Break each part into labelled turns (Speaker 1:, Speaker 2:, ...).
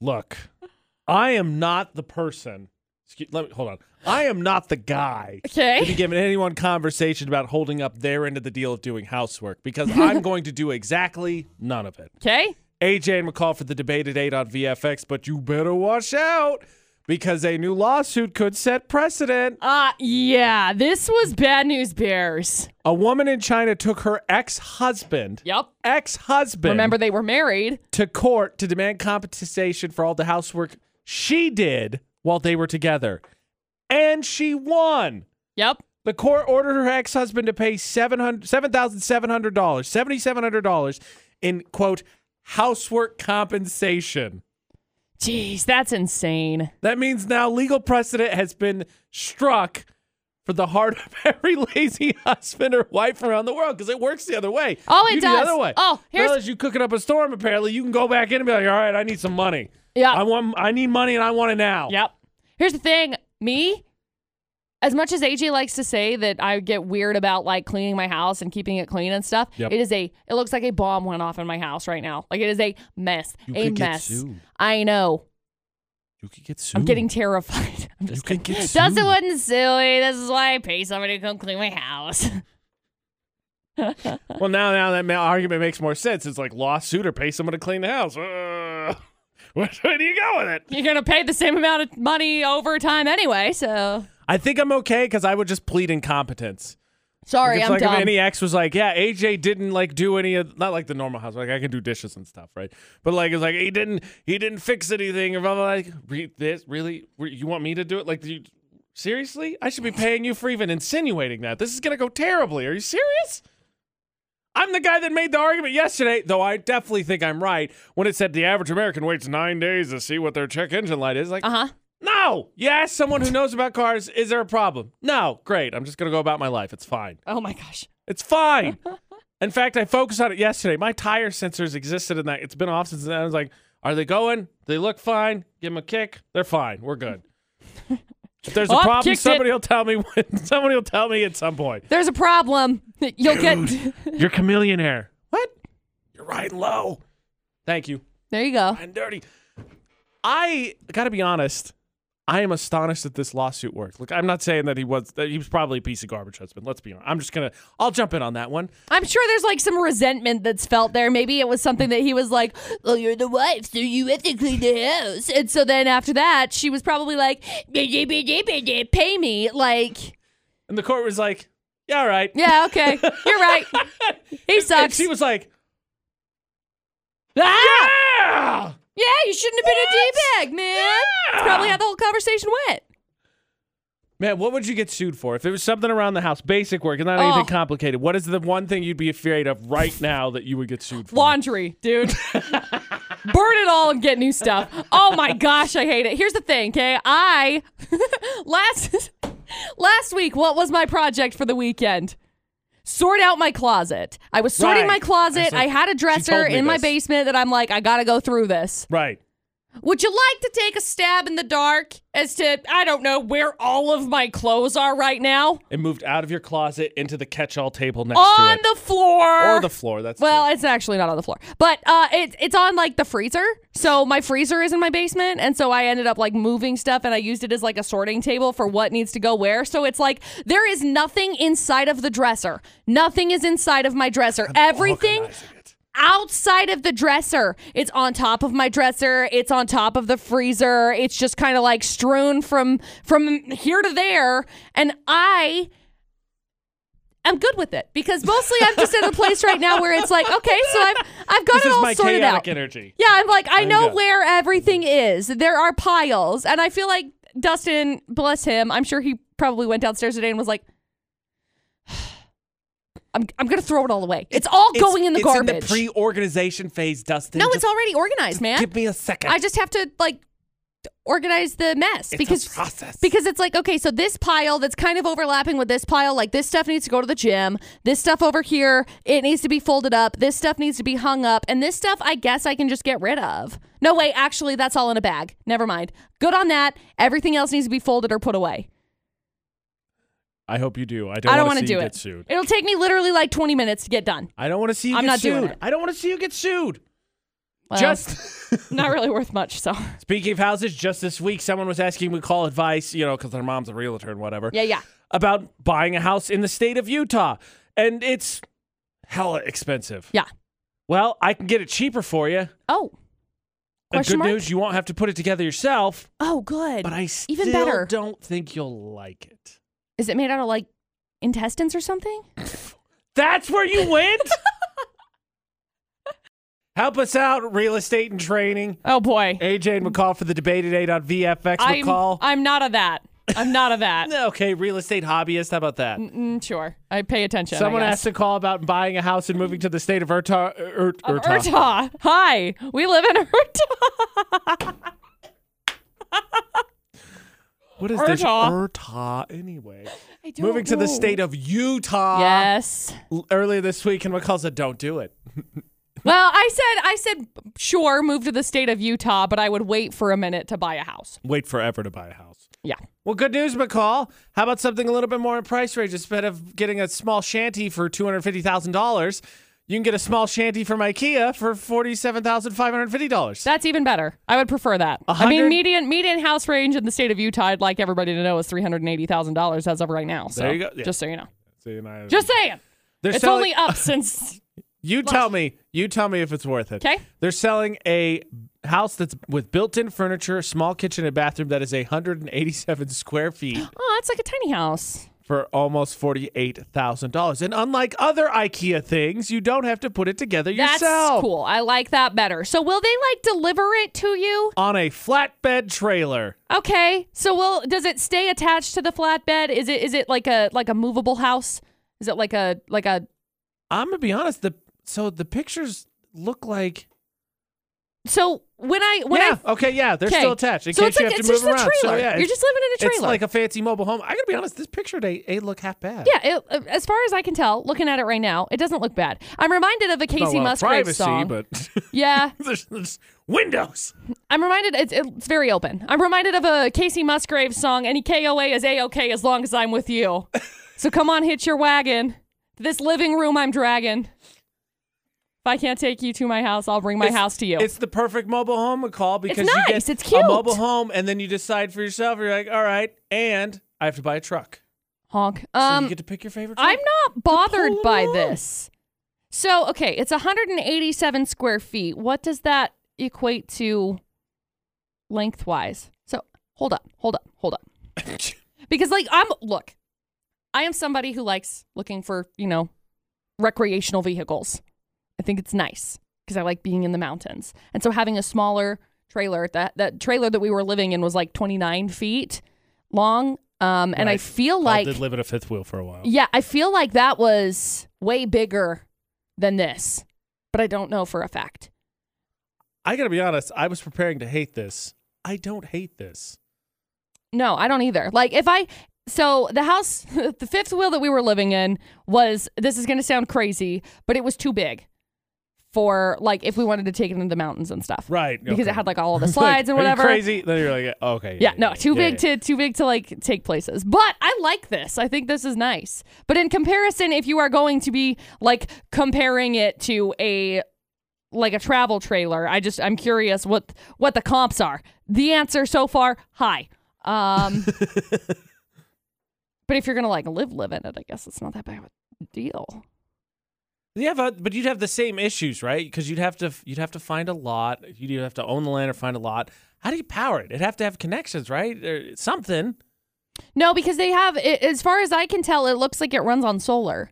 Speaker 1: look, I am not the person. Excuse, let me hold on. I am not the guy to be
Speaker 2: Okay.
Speaker 1: giving anyone conversation about holding up their end of the deal of doing housework because I'm going to do exactly none of it.
Speaker 2: Okay.
Speaker 1: AJ and McCall for the debate at 8 on VFX, but you better watch out because a new lawsuit could set precedent.
Speaker 2: Uh yeah, this was bad news bears.
Speaker 1: A woman in China took her ex husband,
Speaker 2: Yep.
Speaker 1: ex husband,
Speaker 2: Remember they were married.
Speaker 1: to court to demand compensation for all the housework she did while they were together. And she won.
Speaker 2: Yep.
Speaker 1: The court ordered her ex husband to pay $7,700, $7,700 in, quote, housework compensation.
Speaker 2: Jeez, that's insane.
Speaker 1: That means now legal precedent has been struck for the heart of every lazy husband or wife around the world because it works the other way.
Speaker 2: Oh, it
Speaker 1: you do
Speaker 2: does.
Speaker 1: The other way.
Speaker 2: Oh, here's-
Speaker 1: now that you cooking up a storm. Apparently, you can go back in and be like, "All right, I need some money.
Speaker 2: Yeah.
Speaker 1: I want. I need money, and I want it now."
Speaker 2: Yep. Here's the thing, me as much as AJ likes to say that I get weird about like cleaning my house and keeping it clean and stuff,
Speaker 1: Yep.
Speaker 2: it is a it looks like a bomb went off in my house right now. Like it is a mess.
Speaker 1: You
Speaker 2: a
Speaker 1: could get
Speaker 2: mess.
Speaker 1: sued.
Speaker 2: I know.
Speaker 1: You could get sued.
Speaker 2: I'm getting terrified. I'm
Speaker 1: You
Speaker 2: just
Speaker 1: could
Speaker 2: kidding.
Speaker 1: get sued.
Speaker 2: Dustin wasn't silly. This is why I pay somebody to come clean my house.
Speaker 1: Well, now, now that ma- argument makes more sense. It's like lawsuit or pay someone to clean the house. Uh, which way do you go with it?
Speaker 2: You're gonna pay the same amount of money over time anyway, so
Speaker 1: I think I'm okay because I would just plead incompetence.
Speaker 2: sorry,
Speaker 1: It's
Speaker 2: I'm
Speaker 1: like
Speaker 2: dumb.
Speaker 1: if any ex was like, yeah, AJ didn't like do any of not like the normal house, like I can do dishes and stuff, right? But like it's like he didn't he didn't fix anything or blah blah. blah. Like re- this really Re- you want me to do it? Like you seriously? I should be paying you for even insinuating that. This is gonna go terribly. Are you serious? I'm the guy that made the argument yesterday, though I definitely think I'm right when it said the average American waits nine days to see what their check engine light is. Like,
Speaker 2: uh huh.
Speaker 1: no, you ask someone who knows about cars, is there a problem? No, great. I'm just gonna go about my life. It's fine.
Speaker 2: Oh my gosh.
Speaker 1: It's fine. in fact, I focused on it yesterday. My tire sensors existed in that. It's been off since then. I was like, are they going? They look fine. Give them a kick. They're fine. We're good. If there's
Speaker 2: Oh,
Speaker 1: a
Speaker 2: I've
Speaker 1: problem,
Speaker 2: kicked it.
Speaker 1: somebody will tell me. When, somebody will tell me at some point.
Speaker 2: There's a problem. You'll get
Speaker 1: You're chameleon air. What? You're riding low. Thank you.
Speaker 2: There you go.
Speaker 1: I'm dirty. I gotta be honest. I am astonished that this lawsuit worked. Look, I'm not saying that he was. That he was probably a piece of garbage husband. Let's be honest. I'm just gonna. I'll jump in on that one.
Speaker 2: I'm sure there's like some resentment that's felt there. Maybe it was something that he was like, "Well, you're the wife, so you have to clean the house." And so then after that, she was probably like, "Pay me." Like,
Speaker 1: And the court was like, yeah, all right.
Speaker 2: yeah, okay, you're right. He
Speaker 1: And
Speaker 2: sucks.
Speaker 1: she was like, yeah!
Speaker 2: Ah! Yeah, you shouldn't have been a D-bag, man. That's probably how the whole conversation went.
Speaker 1: Man, what would you get sued for? If it was something around the house, basic work, and not anything
Speaker 2: Oh.
Speaker 1: complicated, what is the one thing you'd be afraid of right now that you would get sued for?
Speaker 2: Laundry, dude. Burn it all and get new stuff. Oh my gosh, I hate it. Here's the thing, okay? I last last week, what was my project for the weekend? Sort out my closet. I was sorting
Speaker 1: Right.
Speaker 2: my closet.
Speaker 1: That's
Speaker 2: I
Speaker 1: like-
Speaker 2: had a dresser
Speaker 1: told me
Speaker 2: in my
Speaker 1: this.
Speaker 2: basement that I'm like, I gotta go through this.
Speaker 1: Right.
Speaker 2: Would you like to take a stab in the dark as to I don't know where all of my clothes are right now?
Speaker 1: It moved out of your closet into the catch-all table next
Speaker 2: On
Speaker 1: to it.
Speaker 2: the floor.
Speaker 1: or the floor. That's
Speaker 2: Well,
Speaker 1: true.
Speaker 2: it's actually not on the floor, but uh, it, it's on like the freezer. So my freezer is in my basement, and so I ended up like moving stuff, and I used it as like a sorting table for what needs to go where. So it's like there is nothing inside of the dresser. Nothing is inside of my dresser. Everything
Speaker 1: Organizing it.
Speaker 2: outside of the dresser. It's on top of my dresser. It's on top of the freezer. It's just kind of like strewn from from here to there. And I am good with it because mostly I'm just in a place right now where it's like, okay, so I've I've got
Speaker 1: This
Speaker 2: it
Speaker 1: is
Speaker 2: all
Speaker 1: my
Speaker 2: sorted
Speaker 1: chaotic
Speaker 2: out.
Speaker 1: energy.
Speaker 2: Yeah, I'm like, I know
Speaker 1: good.
Speaker 2: where everything is. There are piles. And I feel like Dustin, bless him, I'm sure he probably went downstairs today and was like, I'm, I'm going to throw it all away. It's all going in the garbage.
Speaker 1: It's in the pre-organization phase, Dustin.
Speaker 2: no,
Speaker 1: Just
Speaker 2: it's already organized, man.
Speaker 1: Give me a second.
Speaker 2: I just have to like organize the mess
Speaker 1: it's
Speaker 2: because
Speaker 1: a process.
Speaker 2: because it's like okay, so this pile that's kind of overlapping with this pile, like this stuff needs to go to the gym. This stuff over here, it needs to be folded up. This stuff needs to be hung up, and this stuff I guess I can just get rid of. No wait, actually that's all in a bag. Never mind. Good on that. Everything else needs to be folded or put away.
Speaker 1: I hope you do. I don't,
Speaker 2: I don't
Speaker 1: want
Speaker 2: want
Speaker 1: to
Speaker 2: do it.
Speaker 1: get sued.
Speaker 2: It'll take me literally like 20 minutes to get done.
Speaker 1: I don't want to see you
Speaker 2: I'm
Speaker 1: get
Speaker 2: not
Speaker 1: sued.
Speaker 2: doing it.
Speaker 1: I don't want to see you get sued.
Speaker 2: Well,
Speaker 1: Just
Speaker 2: not really worth much. So
Speaker 1: speaking of houses, just this week, someone was asking me call advice, you know, because their mom's a realtor and whatever,
Speaker 2: yeah, yeah.
Speaker 1: about buying a house in the state of Utah, and it's hella expensive.
Speaker 2: Yeah.
Speaker 1: Well, I can get it cheaper for you.
Speaker 2: Oh.
Speaker 1: And
Speaker 2: Question
Speaker 1: good
Speaker 2: mark?
Speaker 1: news, you won't have to put it together yourself.
Speaker 2: Oh, good.
Speaker 1: But I still
Speaker 2: Even better.
Speaker 1: don't think you'll like it.
Speaker 2: Is it made out of like intestines or something?
Speaker 1: That's where you went. Help us out, real estate and training.
Speaker 2: Oh boy.
Speaker 1: AJ and McCall for the debate today on VFX.
Speaker 2: I'm
Speaker 1: McCall.
Speaker 2: I'm not of that. I'm not of that.
Speaker 1: okay, real estate hobbyist. How about that?
Speaker 2: Mm, sure. I pay attention. I
Speaker 1: Someone
Speaker 2: guess.
Speaker 1: asked to call about buying a house and moving to the state of Utah. Ur-
Speaker 2: Of
Speaker 1: Utah.
Speaker 2: Utah. Hi. We live in Urta.
Speaker 1: What is
Speaker 2: Utah.
Speaker 1: this? Utah, anyway. Moving to the state of Utah
Speaker 2: Yes.
Speaker 1: l- earlier this week, and McCall said, don't do it.
Speaker 2: Well, I said I said sure, move to the state of Utah, but I would wait for a minute to buy a house.
Speaker 1: Wait forever to buy a house.
Speaker 2: Yeah.
Speaker 1: Well, good news, McCall. How about something a little bit more in price range? Instead of getting a small shanty for two hundred fifty thousand dollars, you can get a small shanty from IKEA for forty-seven thousand five hundred fifty dollars.
Speaker 2: That's even better. I would prefer that.
Speaker 1: A
Speaker 2: I mean,
Speaker 1: hundred-
Speaker 2: median median house range in the state of Utah, I'd like everybody to know is three hundred and eighty thousand dollars as of right now. So
Speaker 1: There you go. Yeah.
Speaker 2: just so you know. Just saying.
Speaker 1: They're
Speaker 2: It's
Speaker 1: selling-
Speaker 2: only up since
Speaker 1: you tell me. You tell me if it's worth it.
Speaker 2: 'Kay.
Speaker 1: They're selling a house that's with built-in furniture, small kitchen and bathroom that is hundred and eighty-seven square feet
Speaker 2: Oh, it's like a tiny house.
Speaker 1: for almost forty-eight thousand dollars. And unlike other IKEA things, you don't have to put it together
Speaker 2: That's
Speaker 1: yourself.
Speaker 2: cool. I like that better. So will they like deliver it to you?
Speaker 1: On a flatbed trailer.
Speaker 2: Okay. So will does it stay attached to the flatbed? Is it is it like a like a movable house? Is it like a like a
Speaker 1: I'm gonna be honest. The so the pictures look like
Speaker 2: So when I when
Speaker 1: yeah
Speaker 2: I
Speaker 1: okay yeah they're
Speaker 2: 'Kay.
Speaker 1: still attached in
Speaker 2: so
Speaker 1: case
Speaker 2: it's
Speaker 1: you
Speaker 2: like
Speaker 1: have
Speaker 2: it's
Speaker 1: to move
Speaker 2: just a
Speaker 1: around. So
Speaker 2: trailer.
Speaker 1: yeah,
Speaker 2: You're
Speaker 1: it's-
Speaker 2: just living in a
Speaker 1: It's
Speaker 2: trailer.
Speaker 1: like a fancy mobile home. I gotta be honest. This picture they ain't look half bad.
Speaker 2: yeah, it, uh, as far as I can tell, looking at it right now, it doesn't look bad. I'm reminded of a
Speaker 1: Not a
Speaker 2: Casey
Speaker 1: lot of
Speaker 2: Musgrave
Speaker 1: uh, privacy,
Speaker 2: song.
Speaker 1: but
Speaker 2: yeah,
Speaker 1: there's, there's windows.
Speaker 2: I'm reminded it's, it's very open. I'm reminded of a Casey Musgrave song. Any KOA is a okay as long as I'm with you. so come on, hitch your wagon. To This living room I'm dragging. If I can't take you to my house, I'll bring my
Speaker 1: It's-
Speaker 2: house to you.
Speaker 1: It's the perfect mobile home McCall because
Speaker 2: nice,
Speaker 1: you get
Speaker 2: it's cute.
Speaker 1: a mobile home and then you decide for yourself. You're like, all right, and I have to buy a truck.
Speaker 2: Honk.
Speaker 1: So
Speaker 2: Um,
Speaker 1: you get to pick your favorite. Truck.
Speaker 2: I'm not bothered
Speaker 1: Pull it
Speaker 2: by
Speaker 1: along.
Speaker 2: this. So, okay, it's 187 square feet. What does that equate to lengthwise? So, hold up, hold up, hold up. Because, like, I'm, look, I am somebody who likes looking for, you know, recreational vehicles. I think it's nice because I like being in the mountains. And so, having a smaller trailer, that, that trailer that we were living in was like 29 feet long. Um, and I
Speaker 1: Right.
Speaker 2: feel like.
Speaker 1: I did live in a fifth wheel for a while.
Speaker 2: Yeah, I feel like that was way bigger than this, but I don't know for a fact.
Speaker 1: I gotta be honest. I was preparing to hate this. I don't hate this.
Speaker 2: No, I don't either. Like if I so the house the fifth wheel that we were living in was this is going to sound crazy, but it was too big for like if we wanted to take it into the mountains and stuff.
Speaker 1: Right.
Speaker 2: Because
Speaker 1: okay.
Speaker 2: it had like all the
Speaker 1: It's like,
Speaker 2: slides and
Speaker 1: "Are you
Speaker 2: whatever.
Speaker 1: crazy. Then you're like, oh, okay.
Speaker 2: Yeah, no, too
Speaker 1: yeah,
Speaker 2: big
Speaker 1: yeah.
Speaker 2: to too big to like take places. But I like this. I think this is nice. But in comparison, if you are going to be like comparing it to a like a travel trailer, I just I'm curious what what the comps are. The answer so far, high. Um But if you're gonna like live live in it, I guess it's not that bad of a deal.
Speaker 1: Yeah, but but you'd have the same issues, right? Because you'd have to you'd have to find a lot. You'd either have to own the land or find a lot. How do you power it? It'd have to have connections, right? Or something.
Speaker 2: No, because they have i- as far as I can tell, it looks like it runs on solar.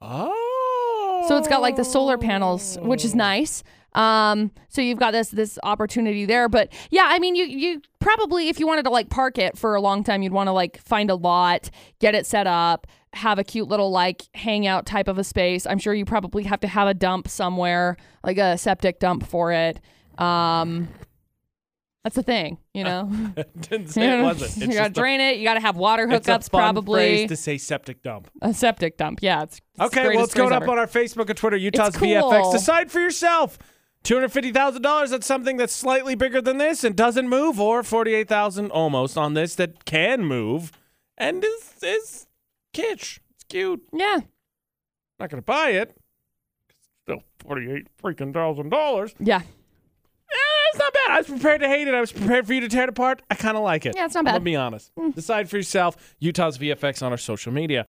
Speaker 1: Oh.
Speaker 2: So it's got like the solar panels, which is nice. Um, so you've got this this opportunity there, but yeah, I mean, you you probably if you wanted to like park it for a long time, you'd want to like find a lot, get it set up, have a cute little like hangout type of a space. I'm sure you probably have to have a dump somewhere, like a septic dump for it. Um, that's the thing, you know.
Speaker 1: Didn't say it wasn't. It's
Speaker 2: you
Speaker 1: just
Speaker 2: gotta
Speaker 1: a-
Speaker 2: drain it. You gotta have water
Speaker 1: it's a
Speaker 2: hookups,
Speaker 1: fun
Speaker 2: probably
Speaker 1: phrase to say septic dump.
Speaker 2: a septic dump. Yeah, it's, it's the
Speaker 1: Okay, well,
Speaker 2: greatest
Speaker 1: it's going
Speaker 2: phrase
Speaker 1: up
Speaker 2: ever.
Speaker 1: on our Facebook and Twitter, Utah's
Speaker 2: cool.
Speaker 1: VFX. Decide for yourself. Two hundred fifty thousand dollars. That's something that's slightly bigger than this and doesn't move, or forty-eight thousand almost on this that can move, and is is kitsch. It's cute.
Speaker 2: yeah.
Speaker 1: not gonna buy it. No forty-eight freaking thousand dollars. Eh,
Speaker 2: Yeah.
Speaker 1: It's not bad. I was prepared to hate it. I was prepared for you to tear it apart. I kind of like it.
Speaker 2: Yeah, it's not
Speaker 1: I'm
Speaker 2: bad. Mm.
Speaker 1: gonna be honest. Decide for yourself. Utah's VFX on our social media.